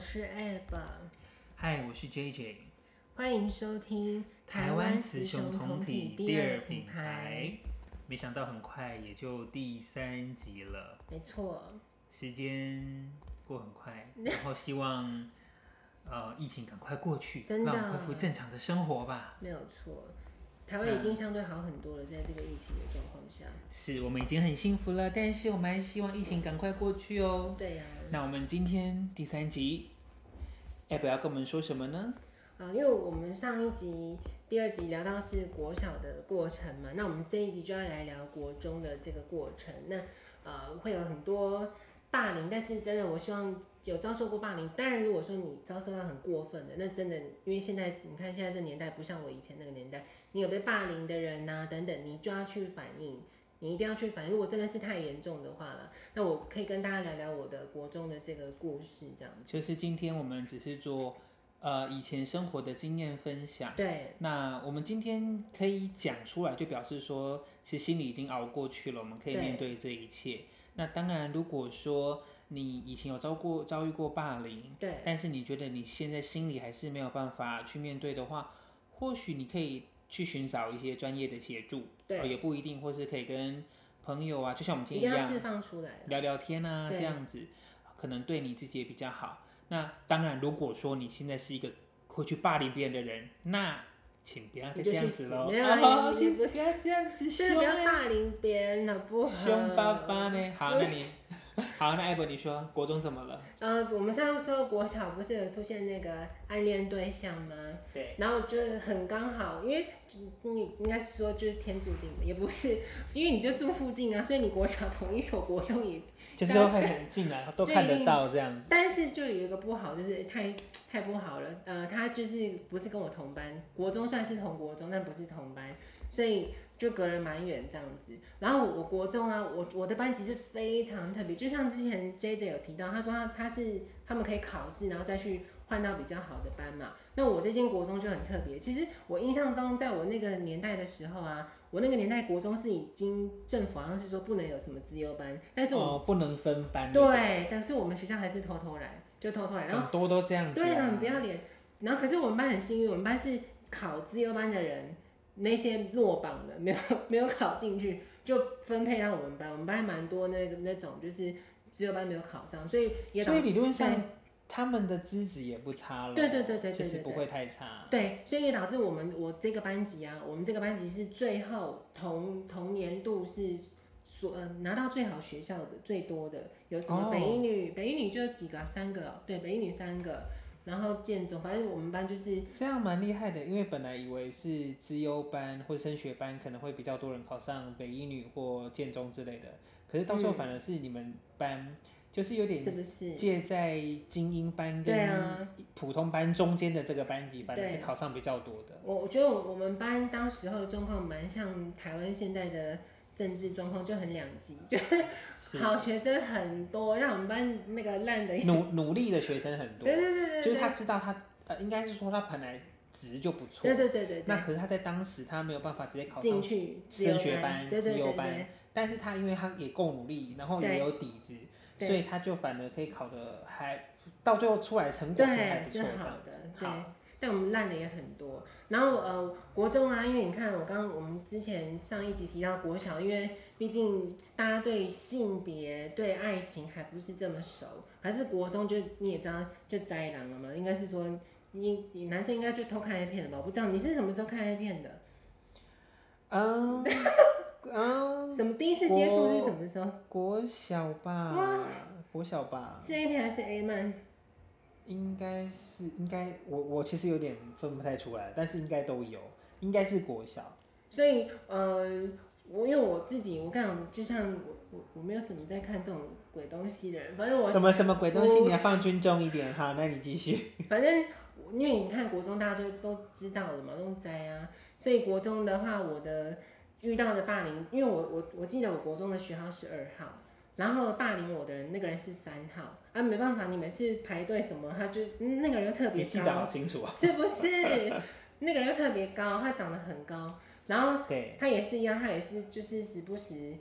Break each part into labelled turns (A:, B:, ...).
A: 是 Ab，
B: 嗨，我是 JJ，
A: 欢迎收听
B: 台湾雌雄同体第二品
A: 牌。
B: 牌。没想到很快也就第三集了，
A: 没错，
B: 时间过很快，然后希望呃疫情赶快过去，
A: 真的
B: 让我们恢复正常的生活吧。
A: 没有错。台湾已经相对好很多了，在这个疫情的状况下。
B: 是我们已经很幸福了，但是我们还希望疫情赶快过去哦。
A: 对呀、
B: 那我们今天第三集，要不要跟我们说什么呢？
A: 呃，因为我们上一集、第二集聊到是国小的过程嘛，那我们这一集就要来聊国中的这个过程。那呃，会有很多霸凌，但是真的，我希望有遭受过霸凌。当然，如果说你遭受到很过分的，那真的，因为现在你看现在这年代不像我以前那个年代，你有被霸凌的人呐、等等，你就要去反应。你一定要去反应，如果真的是太严重的话了，那我可以跟大家聊聊我的国中的这个故事，这样
B: 就是今天我们只是做呃以前生活的经验分享。
A: 对，
B: 那我们今天可以讲出来，就表示说，其实心里已经熬过去了，我们可以
A: 对
B: 面对这一切。那当然，如果说你以前有遭过遭遇过霸凌，
A: 对，
B: 但是你觉得你现在心里还是没有办法去面对的话，或许你可以去寻找一些专业的协助，
A: 对
B: 呃也不一定，或是可以跟朋友啊，就像我们今
A: 一
B: 天
A: 定
B: 一
A: 要
B: 样，
A: 释放出来。
B: 聊聊天啊，
A: 对
B: 这样子可能对你自己也比较好。那当然，如果说你现在是一个会去霸凌别人的人，那请不要再
A: 你就
B: 这
A: 去
B: 样
A: 死
B: 子喽，
A: 没有
B: 啊
A: 啦你
B: 其
A: 你
B: 实
A: 不
B: 不要这样子
A: 真的
B: 凶
A: 不要
B: 呢，
A: 霸凌别人了，不好。
B: 凶巴巴呢。好，
A: 不
B: 那
A: 是
B: 你 好，那艾伯你说国中怎么了？
A: 呃，我们上次说国小不是有出现那个暗恋对象吗？
B: 对，
A: 然后就是很刚好，因为你应该是说就是天注定的，也不是，因为你就住附近啊，所以你国小同一所国中也，
B: 就是都会很近啊，都
A: 就
B: 看
A: 一
B: 得
A: 定
B: 到这样子。
A: 但是就有一个不好，就是太太不好了。呃，他就是不是跟我同班，国中算是同国中，但不是同班，所以就隔了蛮远这样子。然后我我国中啊，我我的班级是非常特别，就像之前 J J 有提到，他说他他是他们可以考试，然后再去换到比较好的班嘛。那我这间国中就很特别，其实我印象中，在我那个年代的时候啊，我那个年代国中是已经政府好像是说不能有什么资优班，但是我们、
B: 哦，不能分班那种，
A: 对，但是我们学校还是偷偷来，就偷偷来，然后。
B: 很多都这样子、
A: 对啊，很
B: 啊
A: 不。要脸。然后可是我们班很幸运，我们班是考资优班的人，那些落榜的没有没有考进去，就分配到我们班。我们班还蛮多那个那种就是资优班没有考上，所以也导
B: 所以理论上他们的资质也不差了，
A: 对对对对对
B: 就
A: 对
B: 是
A: 对
B: 不会太差。
A: 对，所以也导致我们我这个班级啊，我们这个班级是最后同同年度是所、呃、拿到最好学校的最多的，有什么
B: 哦
A: 北一女，北一女就几个啊、三个哦、对，北一女三个，然后建中，反正我们班就是
B: 这样蛮厉害的，因为本来以为是资优班或升学班可能会比较多人考上北一女或建中之类的，可是到最后
A: 嗯
B: 反而是你们班、就是有
A: 是
B: 点
A: 不是？
B: 介在精英班
A: 对
B: 跟
A: 啊。
B: 普通班中间的这个班级，反而是
A: 对
B: 考上比较多的。
A: 我我觉得我们班当时候的状况蛮像台湾现在的政治状况，就很两极，就是
B: 是
A: 好学生很多，让我们班那个烂的也，
B: 努努力的学生很多，
A: 对对对对，
B: 就是他知道他呃，应该是说他本来值就不错，
A: 对对对对对
B: 那可是他在当时他没有办法直接考上
A: 进去
B: 升学班
A: 对对
B: 自由
A: 对
B: 班
A: 对，
B: 但是他因为他也够努力，然后
A: 对
B: 也有底子，
A: 对
B: 所以他就反而可以考的还到最后出来成果其实还
A: 对
B: 不
A: 是
B: 错，这
A: 好
B: 样
A: 的
B: 子，
A: 对
B: 好，。
A: 但我们烂的也很多，然后呃，国中啊，因为你看我刚刚我们之前上一集提到国小，因为毕竟大家对性别、对爱情还不是这么熟，还是国中就你也知道就栽狼了嘛，应该是说你你男生应该就偷看 A 片了吧？我不知道你是什么时候看 A 片的，
B: 嗯嗯，
A: 什么第一次接触是什么时候？
B: 国小吧，国小吧，
A: 是 A 片还是 A 漫？
B: 应该是应该我我其实有点分不太出来，但是应该都有，应该是国小。
A: 所以呃，我因为我自己，我跟你讲，就像我我我没有什么在看这种鬼东西的人，反正我
B: 什么什么鬼东西？
A: 我
B: 你要放尊重一点哈，那你继续。
A: 反正因为你看国中大家就都知道了嘛，弄灾啊，所以国中的话，我的遇到的霸凌，因为我我我记得我国中的学号是二号，然后霸凌我的人那个人是三号啊，没办法，你每次排队什么，他就、嗯那个人就特
B: 你
A: 别
B: 记得
A: 高，
B: 好清楚啊。
A: 是不是？ 那个人就特别高，他长得很高，然后
B: 对，
A: 他也是一样，他也是就是时不时。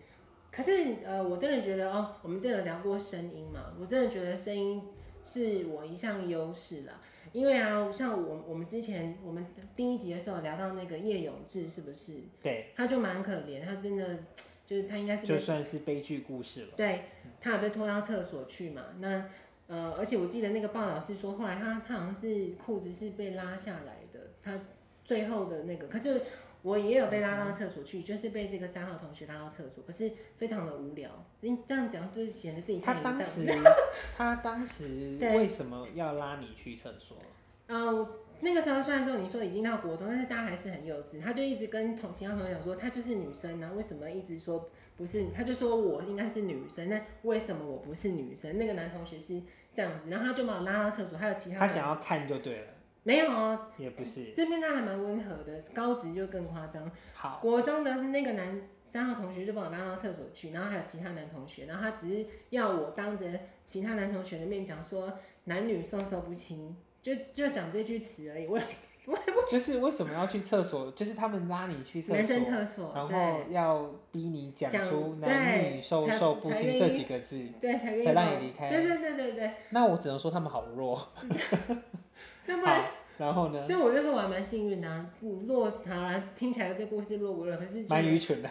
A: 可是呃，我真的觉得哦，我们之前有聊过声音嘛，我真的觉得声音是我一项优势了。因为啊，像我我们之前我们第一集的时候聊到那个叶永志，是不是？
B: 对，
A: 他就蛮可怜，他真的就是他应该是
B: 就
A: 被
B: 算是悲剧故事了。
A: 对，他有被拖到厕所去嘛？那呃，而且我记得那个报道是说，后来他他好像是裤子是被拉下来的，他最后的那个，可是我也有被拉到厕所去，就是被这个三号同学拉到厕所，可是非常的无聊。你这样讲是不是显得自己太
B: 他
A: 淫
B: 当
A: 荡？
B: 时他当时
A: 对
B: 为什么要拉你去厕所？
A: 呃，那个时候虽然说你说已经到国中，但是大家还是很幼稚，他就一直跟同其他朋友讲说，她就是女生啊呢、为什么一直说不是？他就说我应该是女生，那为什么我不是女生？那个男同学是这样子，然后他就把我拉到厕所，还有其
B: 他
A: 他人
B: 想要看就对了，
A: 没有哦，
B: 也不是。
A: 这边他还蛮温和的，高职就更夸张。
B: 好，
A: 国中的那个男三号同学就把我拉到厕所去，然后还有其他男同学，然后他只是要我当着其他男同学的面讲说男女授受不亲，就就讲这句词而已。我
B: 就是为什么要去厕所？就是他们拉你去厕
A: 男生
B: 所，
A: 厕所，
B: 然后
A: 对
B: 要逼你讲
A: 讲
B: 出
A: 对
B: 男女授
A: 才
B: 受不
A: 才愿
B: 亲
A: 意
B: 这几个字，
A: 对才愿意
B: 才让
A: 帮我
B: 你离开
A: 对对对对对，
B: 那我只能说他们好 弱。
A: 那不然
B: 好，然后呢，
A: 所以我就说我还蛮幸运的、啊，嗯落好啦，听起来这故事落伍了，可是
B: 蛮 愚蠢的。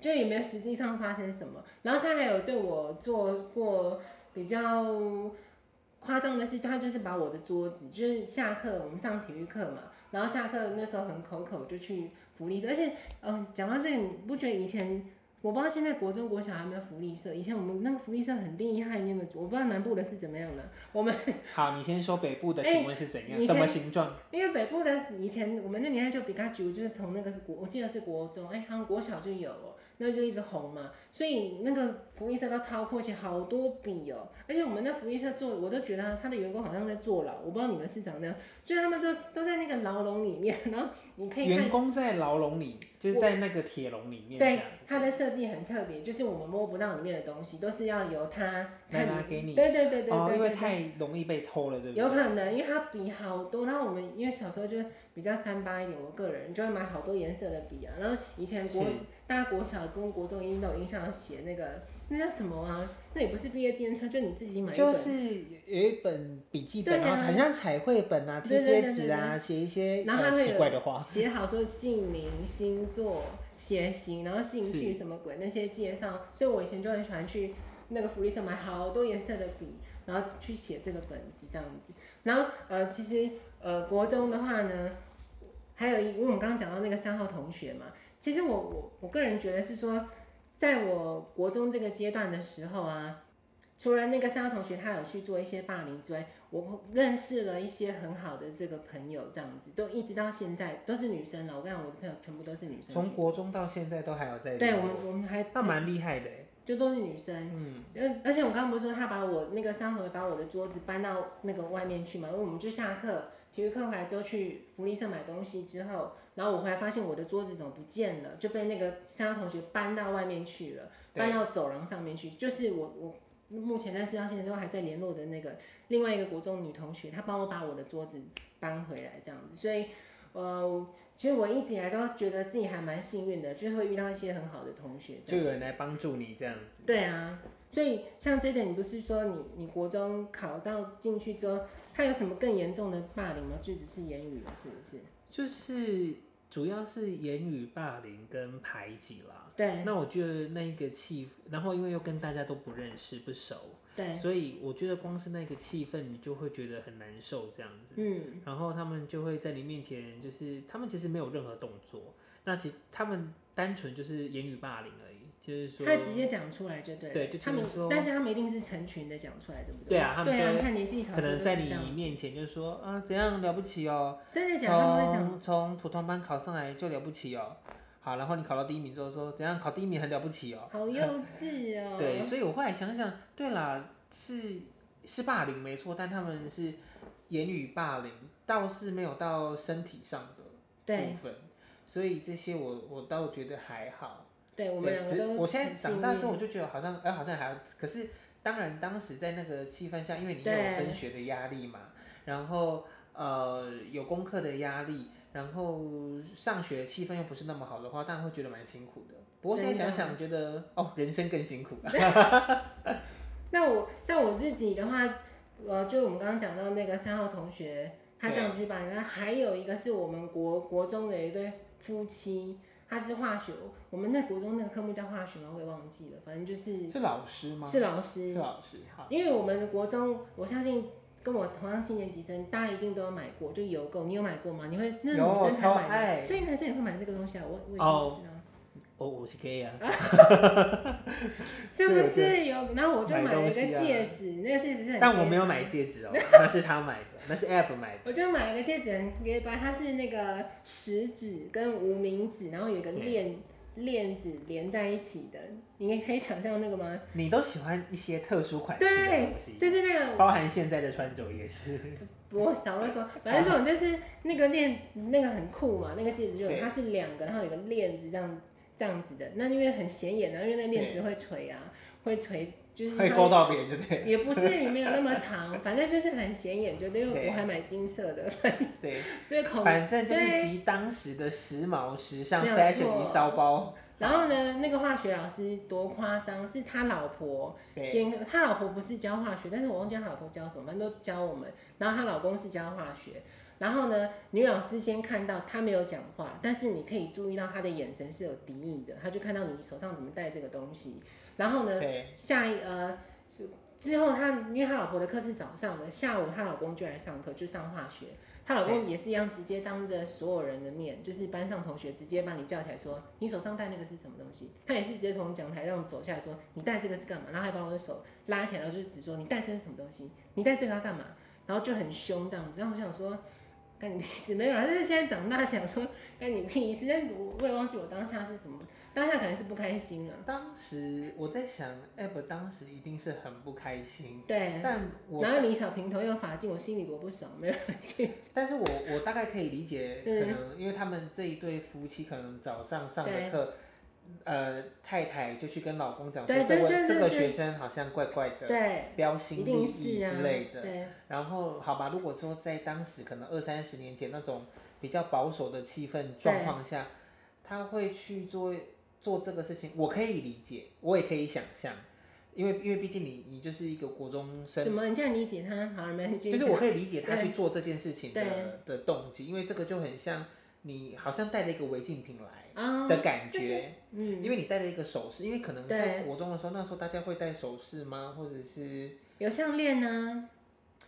A: 就也没有实际上发生什么。然后他还有对我做过比较夸张的事，他就是把我的桌子，就是下课我们上体育课嘛，然后下课那时候很口渴，就去福利社。而且，嗯、讲到这个，你不觉得以前？我不知道现在国中、国小还有没有福利社。以前我们那个福利社很厉害，你有没有？我不知道南部的是怎么样的。我们
B: 好，你先说北部的，
A: 哎
B: 请问是怎样？
A: 你
B: 什么
A: 先
B: 形状？
A: 因为北部的以前我们那年代就比较久，就是从那个是国，我记得是国中，哎、好像国小就有哦，那就一直红嘛，所以那个福利社都超阔气，好多笔哦，而且我们那福利社做，我都觉得他的员工好像在坐牢，我不知道你们是长那样，就他们都都在那个牢笼里面，然后你可以看
B: 员工在牢笼里，就是在那个铁笼里面这
A: 对
B: 样。
A: 它的设计很特别，就是我们摸不到里面的东西，都是要由他看
B: 奶拿给你
A: 对对对对
B: 哦，
A: 对
B: 因为
A: 对
B: 太容易被偷了，对不对？
A: 有可能，因为它笔好多，然后我们因为小时候就比较三八一点，我个人就会买好多颜色的笔啊。然后以前国
B: 是
A: 大家国小跟国中一定都有印象写那个那叫什么啊？那也不是毕业纪念册，就你自己买一本。
B: 就是有一本笔记本，
A: 对啊
B: 然后好像彩绘本啊、贴
A: 对对对
B: 贴纸啊，写一些
A: 然后它
B: 呃
A: 会
B: 奇
A: 有
B: 怪的话。
A: 写好说姓名、星座、血型，然后兴趣
B: 是
A: 什么鬼那些介绍，所以我以前就很喜欢去那个福利社买好多颜色的笔，然后去写这个本子这样子。然后呃，其实呃，国中的话呢，还有一，因为我们刚刚讲到那个三号同学嘛，其实我我我个人觉得是说，在我国中这个阶段的时候啊，除了那个三号同学他有去做一些霸凌之外，我认识了一些很好的这个朋友，这样子都一直到现在都是女生了。我跟你讲，我的朋友全部都是女生，
B: 从国中到现在都还有在
A: 对
B: 联
A: 我
B: 络
A: 们我们还
B: 那蛮厉害的欸。
A: 就都是女生。嗯，而而且我刚刚不是说他把我那个三合把我的桌子搬到那个外面去嘛，因为我们就下课体育课回来之后去福利社买东西之后，然后我回来发现我的桌子怎么不见了，就被那个三号同学搬到外面去了，
B: 对
A: 搬到走廊上面去。就是我我目前认识到现在都还在联络的那个另外一个国中女同学，她帮我把我的桌子搬回来这样子，所以呃。其实我一直以来都觉得自己还蛮幸运的，就是会遇到一些很好的同学。这
B: 就
A: 样
B: 有人来帮助你这样子。
A: 对啊，所以像这一点，你不是说你你国中考到进去之后，他有什么更严重的霸凌吗？就只是言语了，是不是？
B: 就是主要是言语霸凌跟排挤啦。
A: 对
B: 那我觉得那一个气，然后因为又跟大家都不认识不熟，
A: 对，
B: 所以我觉得光是那个气氛，你就会觉得很难受这样子。
A: 嗯，
B: 然后他们就会在你面前，就是他们其实没有任何动作，那其他们单纯就是言语霸凌而已，就是说
A: 他直接讲出来就对了。
B: 对就
A: 他
B: 比
A: 们
B: 如说，
A: 但是他们一定是成群的讲出来，对不
B: 对
A: 对
B: 啊他们
A: 对啊
B: 就，
A: 看年纪小，
B: 可能在
A: 这
B: 你
A: 样。
B: 面前就说啊怎样了不起哦，
A: 真的假的？他们会讲
B: 从从普通班考上来就了不起哦，好，然后你考到第一名之后说怎样考第一名很了不起哦，
A: 好幼稚哦。
B: 对，所以我后来想想，对啦，是是霸凌没错，但他们是言语霸凌，倒是没有到身体上的。
A: 对
B: 部分，所以这些我我倒觉得还好。
A: 对，我们
B: 对
A: 两个
B: 只
A: 都
B: 我现在
A: 很
B: 长
A: 幸
B: 大
A: 运
B: 之后，我就觉得好像哎、好像还好，可是当然当时在那个气氛下，因为你又有
A: 对
B: 升学的压力嘛，然后呃有功课的压力，然后上学气氛又不是那么好的话，当然会觉得蛮辛苦的。不过现在
A: 真
B: 想
A: 的
B: 想，觉得哦人生更辛苦了。
A: 那我像我自己的话，呃，就我们刚刚讲到那个三号同学，
B: 啊
A: 他这样子去霸凌，那还有一个是我们国国中的一对夫妻，他是化学，我们那国中那个科目叫化学吗？我也忘记了，反正就是
B: 是老师吗？
A: 是老师
B: 是，老师，好，
A: 因为我们国中，我相信跟我同样七年级生，大家一定都有买过，就邮购，你有买过吗？你会那
B: 有
A: 女生
B: 超
A: 才买
B: 爱
A: 的，所以男生也会买这个东西啊，我我也
B: 哦
A: 知道。
B: 哦，我是 gay 啊，
A: 是
B: 是
A: 不
B: 有
A: 是有？然后我就
B: 买
A: 买了
B: 东
A: 一个
B: 西啊
A: 戒指，那个戒指是很
B: 但我
A: gay
B: 没有
A: 吧
B: 买戒 指哦，那是他买的，那是 app 买的。
A: 我就买了个戒指很 gay 吧，它是那个食指跟无名指，然后有一个
B: 对
A: 链链子连在一起的，你可以想象那个吗？
B: 你都喜欢一些特殊款式的东西，
A: 就是那个
B: 包含现在的穿着也是。
A: 我少啰嗦，反正这种就是那个链，那个很酷嘛，那个戒指就
B: 对
A: 有它是两个，然后有个链子这样这样子的，那因为很显眼啊，因为那链子会垂啊，会垂，就是
B: 会
A: 它
B: 勾到别人，对不对？
A: 也不至于没有那么长，反正就是很显眼，就因
B: 对
A: 为我还买金色的，
B: 对，
A: 就是孔
B: 反正就是
A: 对
B: 集当时的时髦、时尚、
A: 没有
B: fashion
A: 错
B: 一骚包。
A: 然后呢，那个化学老师多夸张，是他老婆
B: 对，
A: 先，他老婆不是教化学，但是我忘记他老婆教什么，反正都教我们。然后她老公是教化学，然后呢，女老师先看到他没有讲话，但是你可以注意到他的眼神是有敌意的，他就看到你手上怎么戴这个东西。然后呢，
B: 对，
A: 下一呃是之后他，因为他老婆的课是早上的，下午她老公就来上课，就上化学。她老公也是一样，直接当着所有人的面，就是班上同学直接把你叫起来说：“你手上戴那个是什么东西？”他也是直接从讲台上走下来说：“你戴这个是干嘛？”然后还把我的手拉起来，然后就只说：“你戴这是什么东西？你戴这个要干嘛？”然后就很凶这样子。然后我想说，干你屁事没有啦。但是现在长大想说，干你屁事。但我我也忘记我当下是什么，当下可能是不开心了。
B: 当时我在想，app 当时一定是很不开心，
A: 对，
B: 但我
A: 然后李小平头又罚进，我心里多不爽，没有人进。
B: 但是我我大概可以理解，可
A: 嗯
B: 能因为他们这一对夫妻可能早上上的
A: 对
B: 课，呃，太太就去跟老公讲说，
A: 对
B: 这
A: 对
B: 位
A: 对
B: 这个
A: 对
B: 学生好像怪怪 的，
A: 对，
B: 标
A: 一
B: 新立
A: 定
B: 异
A: 是啊，
B: 之类的。
A: 对，
B: 然后好吧，如果说在当时可能二三十年前那种比较保守的气氛状况下，他会去做做这个事情，我可以理解，我也可以想象，因为因为毕竟你你就是一个国中生
A: 怎，么你这样理解他？好，没人进。
B: 就是我可以理解他
A: 对
B: 去做这件事情的
A: 对
B: 的动机，因为这个就很像你好像带了一个违禁品来
A: 啊，
B: 的感觉，
A: 嗯，
B: 因为你带了一个首饰，因为可能
A: 对
B: 在国中的时候，那时候大家会戴首饰吗？或者是
A: 有项链呢，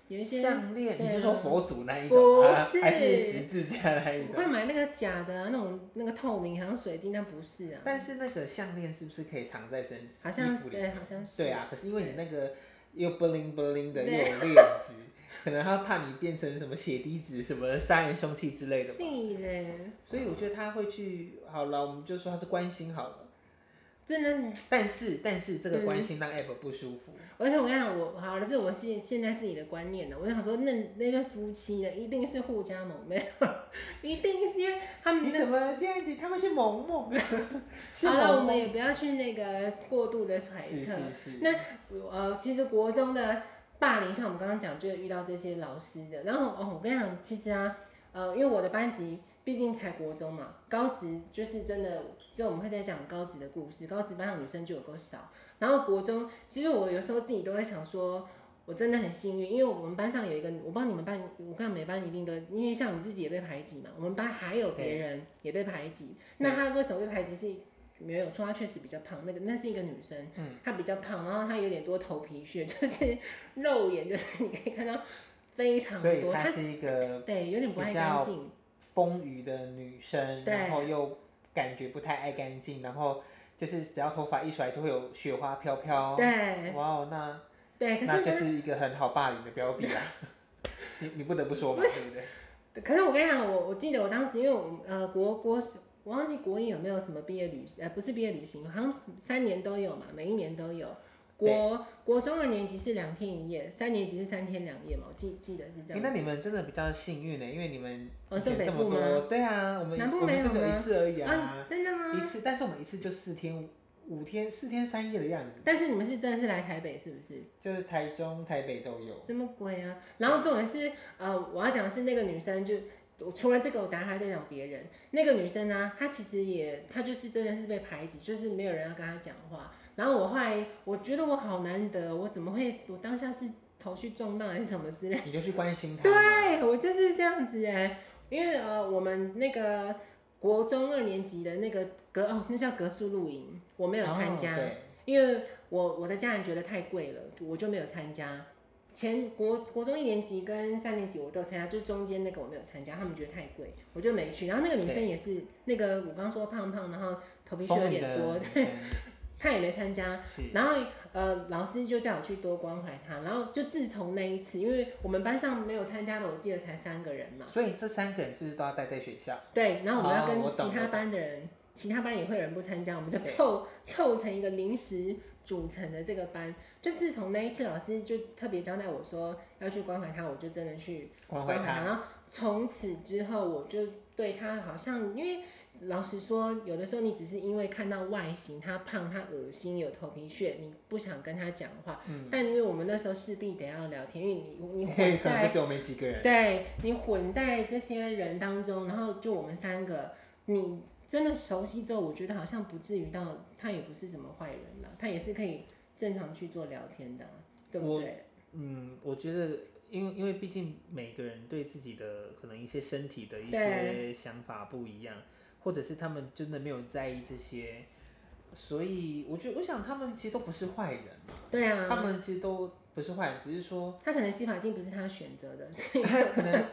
A: 有一些
B: 项链？
A: 对
B: 你
A: 啊
B: 是说佛祖那一
A: 不
B: 种啊，
A: 是
B: 还是十字架那一
A: 我
B: 种
A: 会？买那个假的啊、那种那个透明，好像水晶，但不是啊，
B: 但是那个项链是不是可以藏在身
A: 好
B: 衣服
A: 像
B: 里
A: 对，
B: 面？
A: 好像是。
B: 对，啊，可是因为你那个又 bling bling 的，又
A: 对
B: 有链子， 可能他怕你变成什么血滴子、什么杀人凶器之类的吧。
A: 屁嘞，
B: 所以我觉得他会去，好了，我们就说他是关心好了。
A: 真的
B: 但是，但是这个关心让 app 不舒服。
A: 而且我跟你讲，我好，这是我现现在自己的观念呢。我就想说那，那对夫妻呢，一定是互加盟，没有， 一定是因为他们嗯
B: 你
A: 那
B: 怎么这样子？他们是萌萌，是
A: 好了，我
B: 萌
A: 们
B: 萌。
A: 也不要去那个过度的揣
B: 哦 是
A: 测。
B: 是是，
A: 那呃，其实国中的霸凌，像我们刚刚讲，就遇到这些老师的。然后哦，我跟你讲，其实啊，呃，因为我的班级毕竟才国中嘛，高职就是真的，之后我们会再讲高职的故事。高职班上女生就有够少，然后国中，其实我有时候自己都会想说。我真的很幸运，因为我们班上有一个，我不知道你们班，我看每班一定都，因为像你自己也被排挤嘛，我们班还有别人也被排挤。那他为什么被排挤？是没有错，她确实比较胖，那个那是一个女生，她比较胖，然后她有点多头皮屑， 就是肉眼， 就是你可以看到非常
B: 所以
A: 多，
B: 她
A: 她
B: 是一个
A: 对有点不爱
B: 比较
A: 干净，
B: 丰腴的女生，
A: 对
B: 然后又感觉不太爱干净，然后就是只要头发一甩就会有雪花飘飘。
A: 对
B: 哇哦，那
A: 对，可
B: 那
A: 是
B: 就
A: 呢
B: 是一个很好霸凌的标 的啦。啊你你不得不说嘛，对不对？
A: 可是我跟你讲，我我记得我当时因为我呃国国我忘记国一有没有什么毕业旅呃不是毕业旅行，好像三年都有嘛，每一年都有。国国中二年级是两天一夜，三年级是三天两夜嘛，我记记得是这样。
B: 诶那你们真的比较幸运呢，欸因为你们
A: 哦
B: 以
A: 是
B: 前
A: 北
B: 这么
A: 部吗
B: 多，对啊，我们
A: 南部
B: 我们
A: 没
B: 就
A: 有
B: 只有一
A: 吗
B: 次而已
A: 啊
B: 啊，，
A: 真的
B: 一
A: 吗？
B: 次，但是我们一次就四天五天四天三夜的样子，
A: 但是你们是真的是来台北是不是？
B: 就是台中、台北都有。
A: 什么鬼啊？然后重点是，呃，我要讲的是那个女生就，我除了这个，我等下还在讲别人。那个女生呢、她其实也，她就是真的是被排挤，就是没有人要跟她讲话。然后我后来，我觉得我好难得，我怎么会，我当下是头去撞到还是什么之类。
B: 你就去关心他嘛。
A: 对啊我就是这样子哎、因为呃，我们那个国中二年级的那个格哦，那叫格数露营，我没有参加。
B: 哦对
A: 因为我我的家人觉得太贵了，我就没有参加。前国国中一年级跟三年级我都有参加，就是中间那个我没有参加，他们觉得太贵，我就没去。然后那个女生也是，那个我刚说胖胖，然后头皮屑有
B: 风雨
A: 点多
B: 的，女生
A: 她也没参加。
B: 是
A: 然后呃，老师就叫我去多关怀她。然后就自从那一次，因为我们班上没有参加的，我记得才三个人嘛。
B: 所以这三个人是不是都要待在学校？
A: 对，然后我们要
B: 哦我
A: 跟
B: 懂
A: 其他
B: 我
A: 班的人，其他班也会有人不参加，我们就
B: 对
A: 凑凑成一个临时组成的这个班。就自从那一次，老师就特别交代我说要去关怀他，我就真的去
B: 关怀
A: 关怀他。
B: 他，
A: 然后从此之后，我就对他好像，因为老实说，有的时候你只是因为看到外形，他胖，他恶心，有头皮屑，你不想跟他讲话。
B: 嗯，
A: 但因为我们那时候势必得要聊天，因为嗯你 你
B: 嘿
A: 混
B: 可
A: 在
B: 能就只有没几个人。
A: 对你混在这些人当中，然后就我们三个，你真的熟悉之后，我觉得好像不至于到他也不是什么坏人了，他也是可以正常去做聊天的啊、对不
B: 我
A: 对？
B: 嗯，我觉得，因为因为毕竟每个人对自己的可能一些身体的一
A: 对
B: 些想法不一样，或者是他们真的没有在意这些，所以我觉得，我想他们其实都不是坏人嘛，
A: 对
B: 他
A: 啊，
B: 们其实都不是坏人，只 是说
A: 他可能洗发精不是他选择的，所以
B: 可能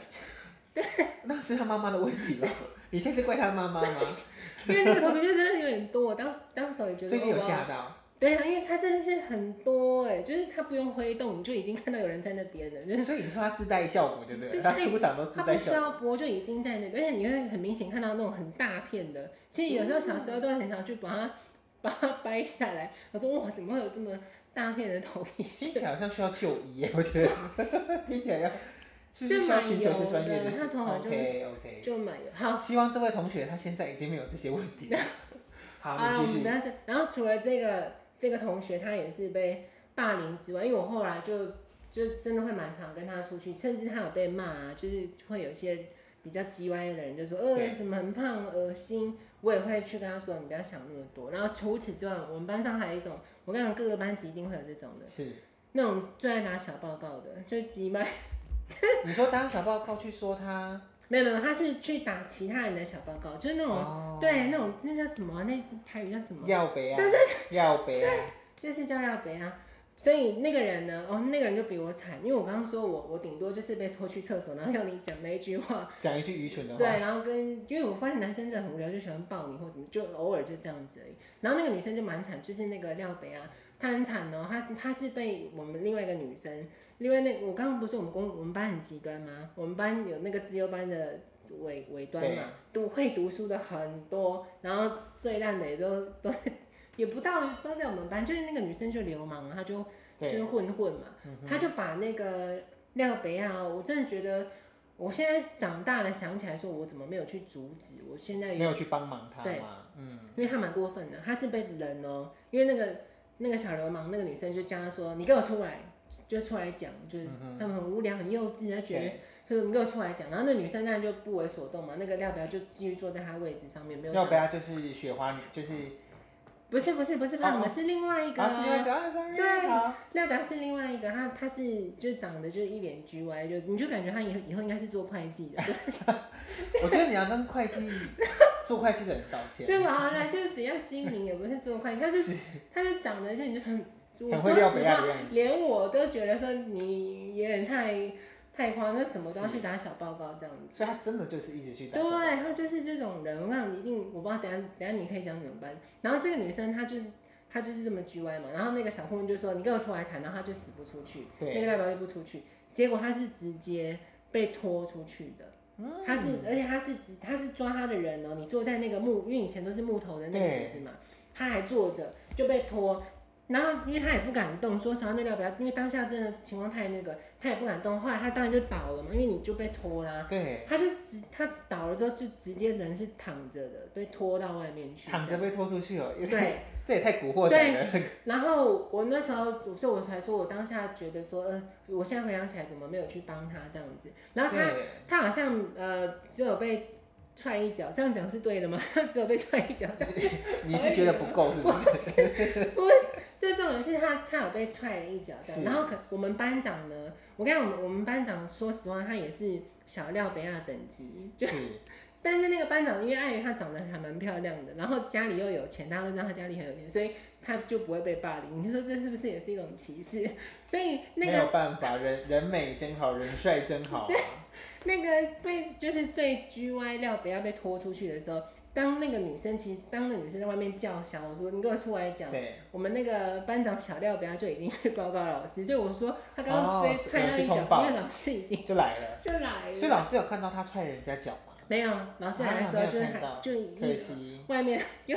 B: 那是他妈妈的问题 了。你现在在怪他妈妈吗？
A: 因为那个头皮屑真的有点多，我当时当时也觉得
B: 所以你有
A: 哇
B: 吓到？
A: 对啊，因为他真的是很多哎、就是他不用挥动，你就已经看到有人在那边了，就是。
B: 所以你说他自带效果，对不 对？
A: 对
B: 他出场都自
A: 它
B: 带
A: 不需
B: 效果。
A: 要播就已经在那个，而且你会很明显看到那种很大片的。其实有时候小时候都会很想去把它把它 掰下来。我说哇，怎么会有这么大片的头皮
B: 听
A: 屑？
B: 起来好像需要就医耶，我觉得听起来要是不是
A: 就
B: 需要
A: 蛮
B: 寻求一
A: 油
B: 些专业
A: 的
B: 知
A: 他
B: 识
A: 头发就
B: OK OK，
A: 就买了好。
B: 希望这位同学他现在已经没有这些问题 了。
A: 好
B: 好，
A: 了，
B: 你
A: 啊我们
B: 继续
A: 不。要再。然后除了这个这个同学，他也是被霸凌之外，因为我后来就就真的会蛮常跟他出去，甚至他有被骂、啊，就是会有一些比较叽歪的人就说，呃，
B: 对
A: 什么很胖、恶心，我也会去跟他说，你不要想那么多。然后除此之外，我们班上还有一种，我跟你讲，各个班级一定会有这种的，
B: 是，
A: 那种最爱拿小报告的，就是叽歪。
B: 你说当小报告去说他
A: 没有没有，他是去打其他人的小报告，就是那种、
B: 哦，
A: 对那种那叫什么啊？那台语叫什么？
B: 要杯啊，要杯啊，
A: 就是叫廖北啊。所以那个人呢，哦，那个人就比我惨，因为我刚刚说我我顶多就是被拖去厕所，然后要你讲那一句话，
B: 讲一句愚蠢的
A: 对，
B: 话，
A: 然后跟因为我发现男生真的很无聊，就喜欢抱你或什么，就偶尔就这样子而已。然后那个女生就蛮惨，就是那个廖北啊，她很惨哦，她是她是被我们另外一个女生，另外那我刚刚不是我们公我们班很极端吗？我们班有那个资优班的尾尾端嘛，读会读书的很多，然后最烂的也都都 也不到都在我们班，就是那个女生就流氓啊，她就就
B: 对
A: 是混混嘛，他就把那个廖北亚，我真的觉得，我现在长大了想起来，说我怎么没有去阻止？我现在
B: 没
A: 有，
B: 有去帮忙他
A: 对
B: 嘛，嗯，
A: 因为他蛮过分的，他是被人哦，因为那个那个小流氓那个女生就叫他说，你给我出来，就出来讲，就是
B: 嗯
A: 他们很无聊很幼稚，他觉得。就是你给我出来讲，然后那女生当然就不为所动嘛。那个廖北亚就继续坐在他位置上面，没有
B: 要
A: 想
B: 杯啊就是雪花女，就是
A: 不是不是不是胖的，
B: 哦
A: 是另外一个、
B: 啊是那个啊，sorry，
A: 对
B: 好，
A: 廖达是另外一个，他他是就长得就一脸橘歪，就你就感觉他以后以后应该是做会计
B: 啊
A: 的，
B: 我觉得你要跟会计做会计的人道歉，
A: 对吧？好啦，就是比较精明，也不是做会计，他就他就长得就你就很，我说
B: 很会撩北
A: 实
B: 亚
A: 话
B: 的，样子，
A: 连我都觉得说你有点太太夸张，就什么都要
B: 是
A: 去打小报告这样子。
B: 所以他真的就是一直去打小报告。
A: 对，他就是这种人，我想一定，我不知道等一下等一下你可以讲怎么办。然后这个女生她就她就是这么 G Y 嘛，然后那个小混混就说你跟我出来谈，然后她就死不出去，
B: 对
A: 那个代表就不出去，结果她是直接被拖出去的。
B: 嗯
A: 他是，而且他是直，他是抓他的人哦。你坐在那个木，因为以前都是木头的那个
B: 对
A: 椅子嘛，他还坐着就被拖，然后因为他也不敢动，说实话那要不要？因为当下真的情况太那个，他也不敢动，后来他当然就倒了嘛，因为你就被拖啦。
B: 对，
A: 他就直他倒了之后就直接人是躺着的，被拖到外面去。
B: 躺着被拖出去哦，也太
A: 对，
B: 这也太古惑仔了。
A: 然后我那时候，所以我才说我当下觉得说，嗯、我现在回想起来怎么没有去帮他这样子。然后他
B: 对，
A: 他好像呃只有被踹一脚，这样讲是对的吗？他只有被踹一脚，这样
B: 你是觉得不够是不是？
A: 不是，就这种有一次他他有被踹了一脚这样
B: 是
A: 然后可我们班长呢，我跟你讲我们我们班长说实话他也是小料北亚等级，就是但是那个班长因为碍于她长得还蛮漂亮的，然后家里又有钱，大家都知道她家里很有钱，所以她就不会被霸凌。你说这是不是也是一种歧视？所以那
B: 没有
A: 个
B: 办法，人人美真好，人帅真 好、啊。
A: 那个被就是最 G Y 料不要被拖出去的时候，当那个女生其实当那个女生在外面叫嚣，我说你给我出来讲。
B: 对，
A: 我们那个班长小廖不要就已经去报告老师，所以我说他刚
B: 哦
A: 刚被
B: 是
A: 踹到
B: 有去
A: 一
B: 通
A: 脚，
B: 报
A: 因为老师已经
B: 就来了。
A: 就来
B: 所以
A: 了，
B: 老师有看到他踹人家脚吗？
A: 没有老师来的时候
B: 啊没有
A: 就是
B: 看
A: 还
B: 到
A: 就
B: 可惜，
A: 外面有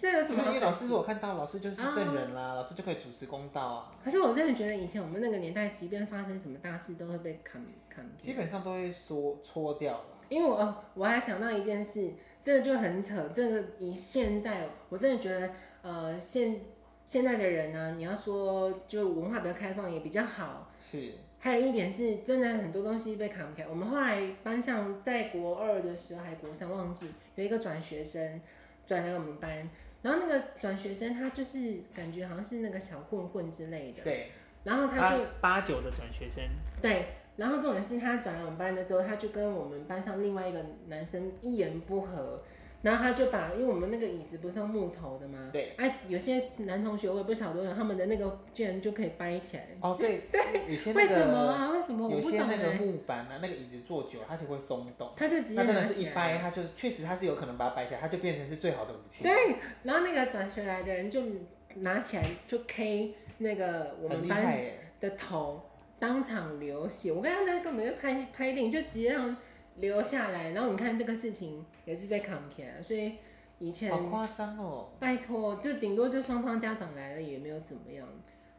A: 这有
B: 就
A: 什
B: 是
A: 么
B: 因
A: 好
B: 为老师如果看到，老师就是证人
A: 啊
B: 啦，老师就可以主持公道啊。
A: 可是我真的觉得以前我们那个年代，即便发生什么大事，都会被砍砍
B: 基
A: 扁。
B: 本上都会说搓掉啦。
A: 因为我、哦、我还想到一件事，这个就很扯。这个以现在，我真的觉得，呃，现现在的人呢、你要说就文化比较开放也比较好。
B: 是，
A: 还有一点是，真的很多东西被砍开。我们后来班上在国二的时候，还国三忘记，有一个转学生转来我们班，然后那个转学生他就是感觉好像是那个小混混之类的，
B: 对，啊
A: 然后他
C: 八
A: 就
C: 八九的转学生，
A: 对，然后重点是他转来我们班的时候，他就跟我们班上另外一个男生一言不合，然后他就把，因为我们那个椅子不是用木头的吗？
B: 对。
A: 哎、有些男同学我也不晓得，他们的那个竟然就可以掰起来，
B: 哦 对，对，有些
A: 为
B: 那
A: 什么
B: 个
A: 啊？为什么我
B: 有
A: 不
B: 些
A: 懂
B: 那个
A: 哎、
B: 木板啊，那个椅子坐久了，它就会松动。
A: 他就直接
B: 那真
A: 拿
B: 的是
A: 起
B: 一
A: 来。
B: 掰，它就确实它是有可能把它掰下来，它就变成是最好的武器。
A: 对，啊然后那个转学来的人就拿起来就 K 那个我
B: 很
A: 们
B: 厉害
A: 班
B: 耶。
A: 的头当场流血。我刚刚那根本就拍拍电影，就直接让流下来。然后你看这个事情也是被扛起来，所以以前
B: 好夸张哦！
A: 拜托，就顶多就双方家长来了，也没有怎么样。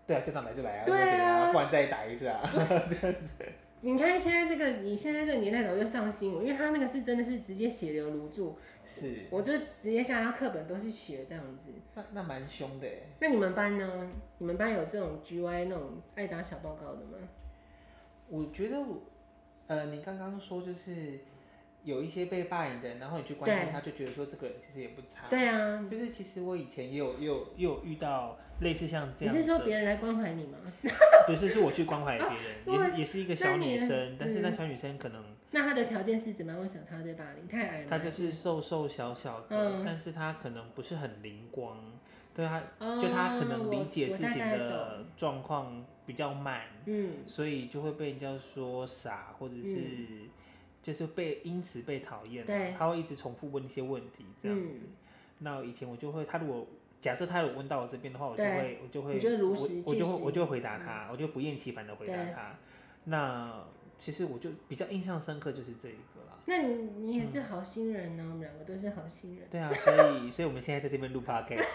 B: 对啊，家长来就来啊，
A: 对啊
B: 又怎样不然再打一次啊。
A: 你看现在这个，你现在这个年代早就上新闻，因为他那个是真的是直接血流如注，
B: 是，
A: 我就直接下到课本都是血这样子。
B: 那那蛮凶的耶。
A: 那你们班呢？你们班有这种 G Y 那种爱打小报告的吗？
B: 我觉得我，呃，你刚刚说就是有一些被霸凌的人，然后你去关
A: 对
B: 心他，就觉得说这个人其实也不差。，
A: 对啊，
B: 就是其实我以前也有也有，
C: 又有遇到类似像这
A: 你
C: 样的，
A: 是说别人来关怀你吗？
C: 不是是我去关怀 别人，也
A: 啊
C: 是也是一个小
A: 那你
C: 女生，但是那
A: 嗯
C: 小女生可能
A: 那他的条件是怎么样？为什么他被霸凌？太矮吗？
C: 她就是瘦瘦小小的
A: 嗯，
C: 但是她可能不是很灵光，对她
A: 哦
C: 就她可能理解
A: 我我
C: 事
A: 大
C: 情
A: 概
C: 的
A: 懂
C: 状况比较慢，
A: 嗯，
C: 所以就会被人家说傻，或者是就是被因此被讨厌
A: 对嗯
C: 嘛，他会一直重复问一些问题这样子。那以前我就会，他如果假设他有问到我这边的话，我就
A: 对
C: 会我就会
A: 你就如实
C: 我我就
A: 据
C: 会
A: 实
C: 我就会回答他，我就不厌其烦的回答
A: 对
C: 他。那其实我就比较印象深刻就是这一个啦。
A: 那你你也是好心人呢、我们两个都是好心人。
C: 对啊，所以所以我们现在在这边录 podcast，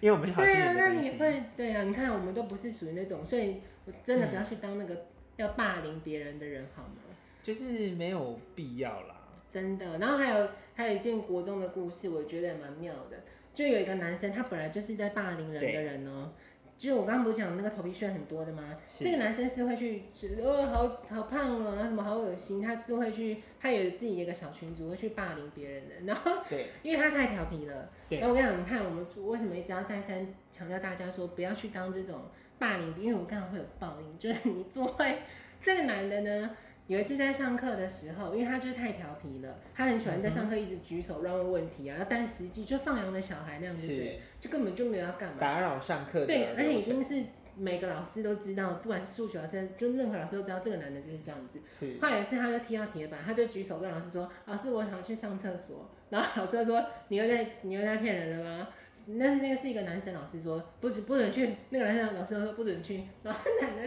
C: 因为我们是好心
A: 对啊，
C: 人的
A: 那你
C: 关系。
A: 会对啊？你看，我们都不是属于那种，所以我真的不要去当那
C: 嗯
A: 个要霸凌别人的人，好吗？
C: 就是没有必要啦。
A: 真的。然后还有还有一件国中的故事，我觉得也蛮妙的。就有一个男生，他本来就是在霸凌人的
C: 对
A: 人哦、就是我刚刚不是讲那个头皮屑很多的吗？
C: 是
A: 这个男生是会去，呃，好好胖哦，然后什么好恶心，他是会去，他有自己的一个小群组，会去霸凌别人的。 然后
B: 对，
A: 因为他太调皮了，
C: 对
A: 然后我跟你讲，你看我们为什么一直要再三强调大家说不要去当这种霸凌，因为我们刚刚会有报应，就是你做 坏。这个男的呢，有一次在上课的时候，因为他就是太调皮了，他很喜欢在上课一直举手乱问问题啊，然后但实际就放羊的小孩那样子，
B: 是
A: 就根本就没有要干嘛。
B: 打扰上
C: 啊
B: 课的
A: 对，
B: 流程。
A: 而且已经是每个老师都知道，不管是数学老师，就任何老师都知道这个男的就是这样子。
B: 是
C: 嗯
A: 后来有一次，他就踢到铁板，他就举手跟老师说：“老师，我想去上厕所。”然后老师就说：“你又在你又在骗人了吗？”那那个是一个男生，老师说不准不准去，那个男生老师说不准去，然后男的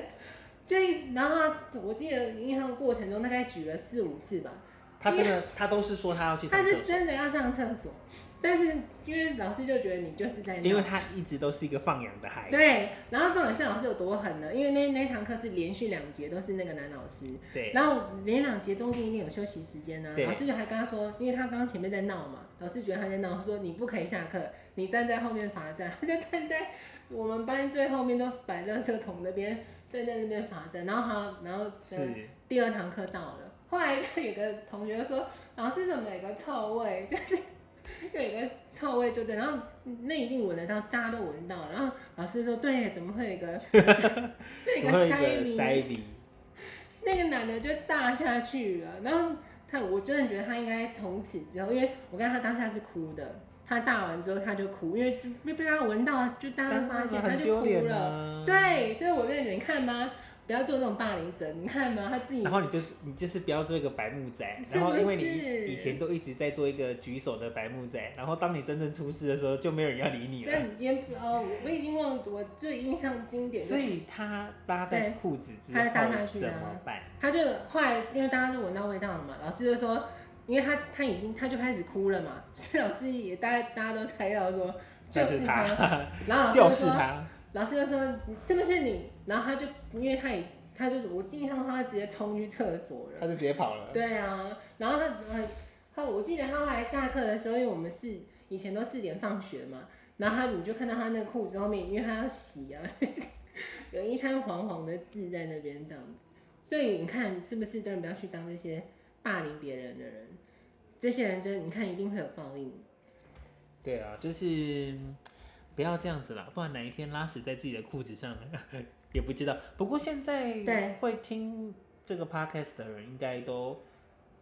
A: 就一然后他我记得印象过程中大概举了四五次吧，
C: 他真的，他都是说他要去上
A: 他
C: 厕所
A: 是，真的要上厕所，但是因为老师就觉得你就是在闹
C: 因为他一直都是一个放羊的孩子。
A: 对，然后重点是老师有多狠呢？因为那那堂课是连续两节都是那个男老师，
C: 对，
A: 然后连两节中间一定有休息时间呢、
C: 对
A: 老师就还跟他说，因为他刚刚前面在闹嘛，老师觉得他在闹，说你不可以下课，你站在后面罚站， 他就站在我们班最后面都摆垃圾桶那边，站在那边罚站。然后好，然后呃
C: 是
A: 第二堂课到了，后来就有个同学就说老师怎么有个臭味，就是有一个臭味就对，然后那一定闻得到，大家都闻到。然后老师说，对，怎么会有一个， 那
B: 怎么会
A: 个
B: 有
A: 塞
B: 一个
A: 米
B: 塞鼻？
A: 那个男的就大下去了，然后他，我真的觉得他应该从此之后，因为我看他当下是哭的，他大完之后他就哭，因为就被被他闻到，就大家都发现他
B: 很
A: 就
B: 丢
A: 哭
B: 脸
A: 了。
B: 啊。
A: 对，所以我跟你讲，你看吧，不要做这种霸凌者，你看吧，他自己
B: 然后你就是你就是不要做一个白目仔，
A: 是
B: 然后
A: 不
B: 因为
A: 是
B: 你以前都一直在做一个举手的白目仔，然后当你真正出事的时候，就没有人要理你了。
A: 在烟哦，我我已经忘了我最印象经典、就是，
B: 所以他拉在
A: 对
B: 裤子之后
A: 他搭下去
B: 怎
A: 啊
B: 么办？
A: 他就后来因为大家都闻到味道了嘛，老师就说，因为他他已经他就开始哭了嘛，所以老师也大家大家都猜到说
B: 那
A: 是
B: 是他，
A: 然后老师
B: 就
A: 就是说
B: 他，
A: 老师就说你是不是你，然后他就因为他也他就是我印象中他直接冲去厕所了
B: 他，就直接跑了。
A: 对啊，然后他呃他我记得他后来下课的时候，因为我们是以前都四点放学嘛，然后他你就看到他那个裤子后面，因为他要洗啊， 有一滩黄黄的字在那边这样子，所以你看是不是真的不要去当那些霸凌别人的人？这些人真的你看一定会有报应。
B: 对啊，就是不要这样子啦，不然哪一天拉屎在自己的裤子上了 也不知道。不过现在
A: 对
B: 会听这个 podcast 的人，应该都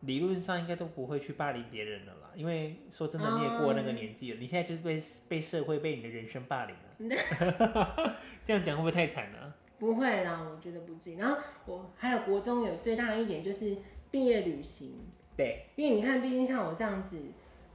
B: 理论上应该都不会去霸凌别人了啦，因为说真的，你也过那个年纪了，你现在就是被被社会被你的人生霸凌了。 这样讲会不会太惨了、啊
A: 不会啦，我觉得不至于。然后我还有国中有最大的一点就是毕业旅行，
B: 对，
A: 因为你看，毕竟像我这样子，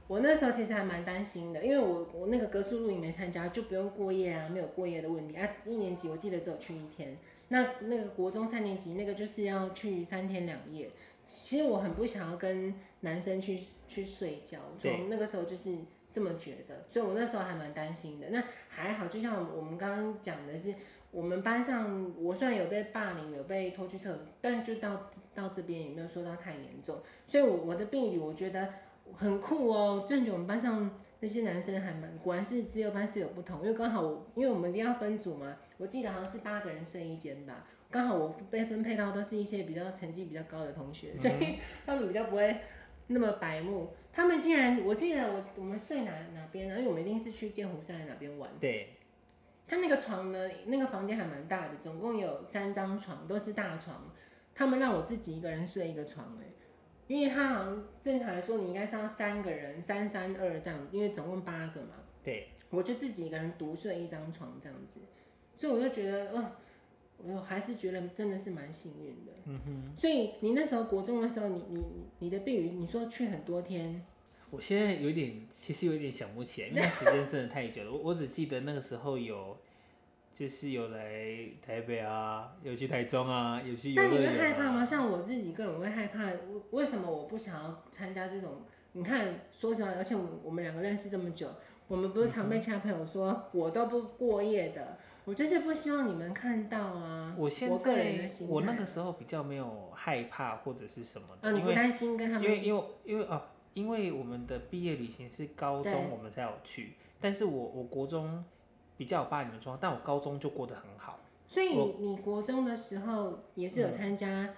A: 我那时候其实还蛮担心的，因为我我那个格数露营没参加，就不用过夜啊，没有过夜的问题啊。一年级我记得只有去一天，那那个国中三年级那个就是要去三天两夜。其实我很不想要跟男生去去睡觉，
B: 对
A: 从那个时候就是这么觉得，所以我那时候还蛮担心的。那还好，就像我们刚刚讲的是，我们班上我虽然有被霸凌，有被拖去厕所，但就到到这边也没有说到太严重。所以我我的病理我觉得很酷哦，正觉得我们班上那些男生还蛮，果然是只有班是有不同，因为刚好我因为我们一定要分组嘛，我记得好像是八个人睡一间吧，刚好我被分配到都是一些比较成绩比较高的同学，所以他们比较不会那么白目。他们竟然，我记得我我们睡哪哪边呢？因为我们一定是去剑湖山哪边玩。
B: 对，
A: 他那个床呢，那个房间还蛮大的，总共有三张床，都是大床。他们让我自己一个人睡一个床、欸，因为他好像正常来说你应该是要三个人，三三二这样，因为总共八个嘛。
B: 对，
A: 我就自己一个人独睡一张床这样子，所以我就觉得，哦，我还是觉得真的是蛮幸运的。嗯哼。所以你那时候国中的时候，你你你的避雨，你说去很多天，
B: 我现在有点，其实有点想不起来，因为那时间真的太久了。我我只记得那个时候有，就是有来台北啊，有去台中啊，有去游
A: 那你
B: 乐
A: 会害
B: 园、
A: 怕吗？
B: 啊。
A: 像我自己个人，我会害怕。为什么我不想要参加这种？你看，说实话，而且我我们两个认识这么久，我们不是常
B: 嗯
A: 被其他朋友说我都不过夜的，我就是不希望你们看到啊。
B: 我现
A: 个人
B: 在
A: 的心态，
B: 我那个时候比较没有害怕或者是什么
A: 啊，
B: 的，
A: 你
B: 因
A: 不
B: 为
A: 担心跟他
B: 因
A: 们
B: 为因为因为哦，因为我们的毕业旅行是高
A: 对
B: 中我们才有去，但是我我国中比较有霸凌的状况，但我高中就过得很好。
A: 所以
B: 我嗯
A: 你你国中的时候也是有参加，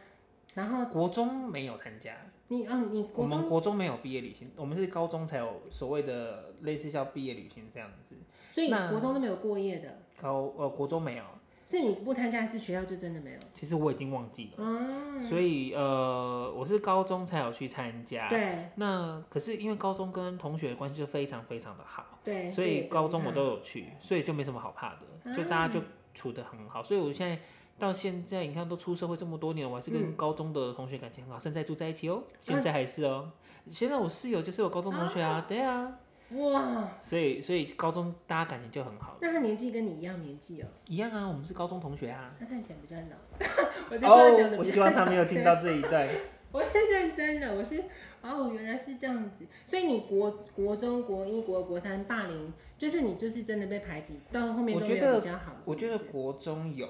A: 然后
B: 国中没有参加，
A: 你哦，你
B: 我
A: 国
B: 们
A: 中，
B: 国中没有毕业旅行，我们是高中才有所谓的类似叫毕业旅行这样子。
A: 所以
B: 那
A: 国中都没有过夜的，
B: 高呃国中没有，
A: 是你不参加还是学校就真的没有？
B: 其实我已经忘记了，
A: 啊，
B: 所以呃我是高中才有去参加。
A: 对
B: 那可是因为高中跟同学的关系就非常非常的好，
A: 对，嗯
B: 所以高中我都
A: 有
B: 有去，所以就没什么好怕的，就大家就处得很好。所以我现在到现在，你看都出社会这么多年，我还是
A: 嗯
B: 跟高中的同学感情很好，现在住在一起哦，现在还是哦。现在我室友就是我高中同学
A: 哦
B: 啊，对啊，
A: 哇，
B: 所以所以高中大家感情就很好，
A: 那他年纪跟你一样年纪哦，
B: 一样啊，我们是高中同学啊。
A: 他看起来比较老。 我在跟他讲
B: 哦
A: 的，
B: 我
A: 比较
B: 希望他没有
A: 小
B: 听
A: 声
B: 到这一 段。
A: 我是认真的，我是哦，原来是这样子。所以你国国中、国一、国二、国三霸凌，就是你就是真的被排挤，到后面
D: 我
A: 都
D: 觉
A: 没有
D: 得
A: 比较好。
D: 我觉得
A: 是不是
D: 国中有，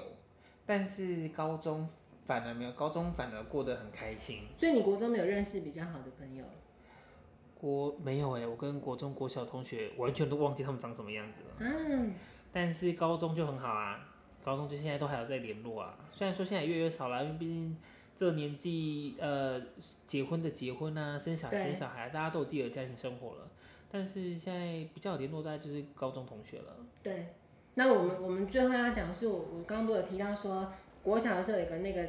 D: 但是高中反而没有，高中反而过得很开心。
A: 所以你国中没有认识比较好的朋友。
B: 国没有哎、我跟国中国小同学完全都忘记他们长什么样子了。
A: 嗯，
B: 但是高中就很好啊，高中就现在都还有在联络啊。虽然说现在越来越少了，因为毕竟这个年纪，呃，结婚的结婚啊，生小孩
A: 对
B: 生小孩，大家都有自己的家庭生活了。但是现在比较有联络，大概就是高中同学了。
A: 对，那我们我们最后要讲是我我刚刚不是有提到说，国小的时候有一个那个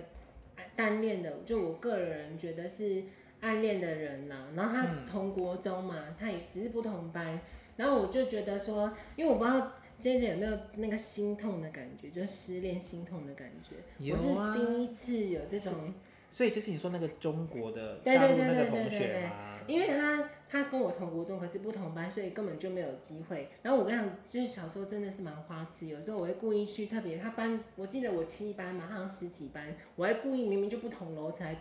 A: 暗恋的，就我个人觉得是暗恋的人啦、然后他
B: 嗯
A: 同国中嘛，他也只是不同班，然后我就觉得说，因为我不知道。J J 有没有那个心痛的感觉，就是失恋心痛的感觉？
B: 有
A: 我
B: 啊
A: 是第一次有这种，
B: 所以就是你说那个中国的
A: 对对
B: 大陆那
A: 对
B: 个
A: 对
B: 同
A: 对
B: 学
A: 对
B: 嘛，
A: 因为他他跟我同国中，可是不同班，所以根本就没有机会。然后我跟他就是小时候真的是蛮花痴，有时候我会故意去特别他班，我记得我七班嘛，他好像十几班，我还故意明明就不同楼层，还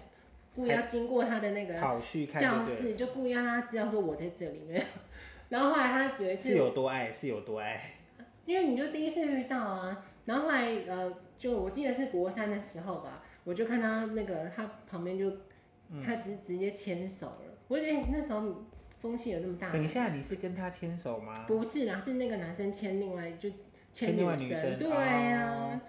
A: 故意要经过他的那个
B: 跑去看
A: 教
B: 就对了
A: 室，就故意让他知道说我在这里面。 然后后来他有一次
B: 是有多爱是有多爱，
A: 因为你就第一次遇到啊，然后后来呃，就我记得是国三的时候吧，我就看他那个他旁边就，他直直接牵手了，我以为那时候风气有这么大吗，
B: 等一下你是跟他牵手吗？
A: 不是啦，是那个男生牵另外就
B: 牵另
A: 女
B: 外女生
A: 对呀、
B: 哦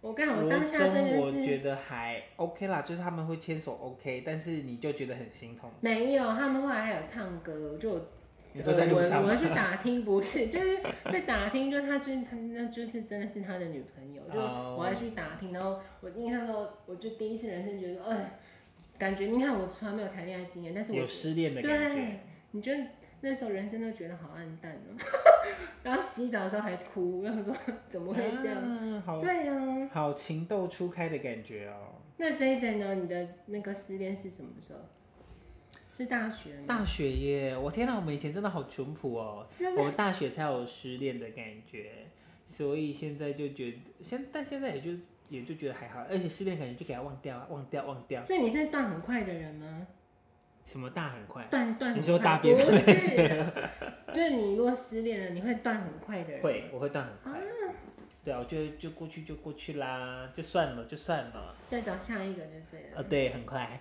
A: 我刚好
B: 国
A: 我当下真
B: 中我
A: 的是
B: 觉得还 OK 啦，就是他们会牵手 OK，但是你就觉得很心痛。
A: 没有，他们后来还有唱歌，就我
B: 你说在路上
A: 呃我
B: 吗
A: 我？去打听，不是，就是被打听，就他就是他，那就是真的是他的女朋友，就
B: 哦
A: 我还去打听，然后我印象中，我就第一次人生觉得，哎，感觉你看我从来没有谈恋爱经验，但是我
B: 有失恋的感
A: 对
B: 觉，，
A: 你觉得那时候人生都觉得好暗淡哦， 然后洗澡的时候还哭，然后说怎么会这样？
B: 啊好
A: 对呀、
B: 好情窦初开的感觉哦。
A: 那 J J 呢？你的那个失恋是什么时候？是大学吗？
B: 大学耶！我天哪，我们以前真的好淳朴哦，
A: 真
B: 我们大学才有失恋的感觉，所以现在就觉得现，但现在也就也就觉得还好，而且失恋感觉就给它忘掉啊，忘掉，忘掉，
A: 所以你是断很快的人吗？
B: 什么大很快，
A: 断断很
B: 你说
A: 快
B: 大便
A: 不
B: 吗
A: 是， 就是你如果失恋了，你会断很快的人。
B: 会，我会断很快，对啊，我就就过去就过去啦，就算了就算了，
A: 再找下一个就对了。
B: 呃，对，很快，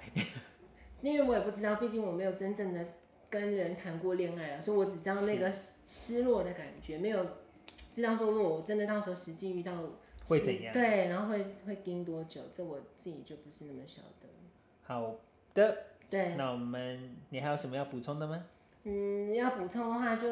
A: 因为我也不知道，毕竟我没有真正的跟人谈过恋爱了，所以我只知道那个失失落的感觉，没有知道说如哦果我真的到时候实际遇到
B: 会
A: 是
B: 怎样
A: 对，然后会会盯多久，这我自己就不是那么晓得。
B: 好的，
A: 对，
B: 那我们你还有什么要补充的吗？
A: 嗯，要补充的话就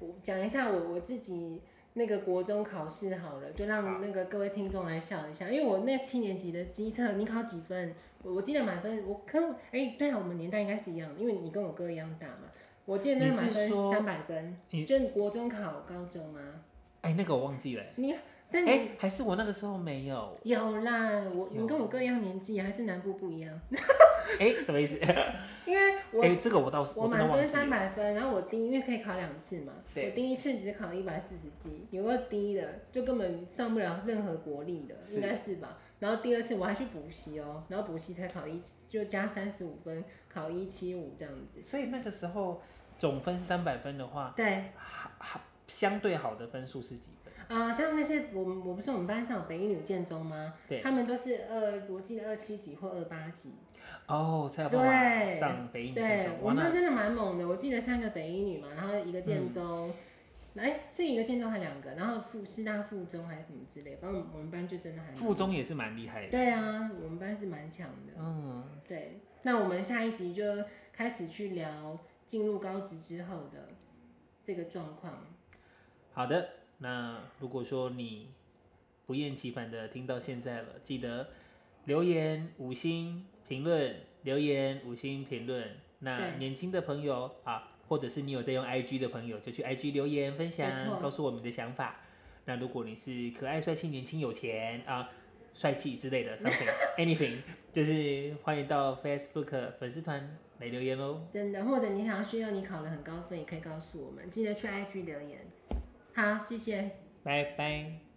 A: 我讲一下我我自己那个国中考试好了，就
B: 好
A: 让那个各位听众来笑一下，因为我那七年级的机测，你考几分？我我记得满分，我跟我哎、对啊，我们年代应该是一样的，因为你跟我哥一样大嘛。我记得那
B: 你是
A: 满分
B: 说
A: 三百分，
B: 你
A: 就是国中考高中啊。
B: 哎，那个我忘记了，
A: 你但你、
B: 哎，还是我那个时候没有，
A: 有啦，我你
B: 有
A: 跟我哥一样年纪啊，还是南部不一样，
B: 哎，什么意思？
A: 因为我
B: 哎，这个我倒是
A: 我
B: 真的
A: 满
B: 忘
A: 分
B: 记了
A: 三。百分，然后我第一因为可以考两次嘛，
B: 对
A: 我第一次只考一百四十几，有个低的就根本上不了任何国力的，
B: 是
A: 应该是吧？然后第二次我还去补习哦，然后补习才考一就加三十五分，考一七五这样子。
B: 所以那个时候总分三百分的话，
A: 对，
B: 好好相对好的分数是几分？
A: 呃，像那些我们我不是我们班上有北一女建中吗？
B: 对
A: 他们都是二，我记得二七几或二八几。
B: 哦，才有办法
A: 对
B: 上北影
A: 对
B: 先生。
A: 我
B: 哇，
A: 们
B: 那
A: 真的蛮猛的，我记得三个北一女嘛，然后一个建中，哎、是一个建中还两个，然后附师大附中还是什么之类，反正我们班就真的还蛮
B: 附。中也是蛮厉害的。
A: 对啊，我们班是蛮强的。
B: 嗯，
A: 对，那我们下一集就开始去聊进入高职之后的这个状况。
B: 好的。那如果说你不厌其烦的听到现在了，记得留言五星评论，留言五星评论。那
A: 对
B: 年轻的朋友啊，或者是你有在用 IG 的朋友，就去 IG 留言分享
A: 没错，
B: 告诉我们你的想法。那如果你是可爱、帅气、年轻、有钱啊、帅气之类的 something anything，就是欢迎到 Facebook 粉丝团来留言喽。
A: 真的，或者你想要需要你考了很高分，也可以告诉我们，记得去 IG 留言。好，谢谢。
B: 拜拜。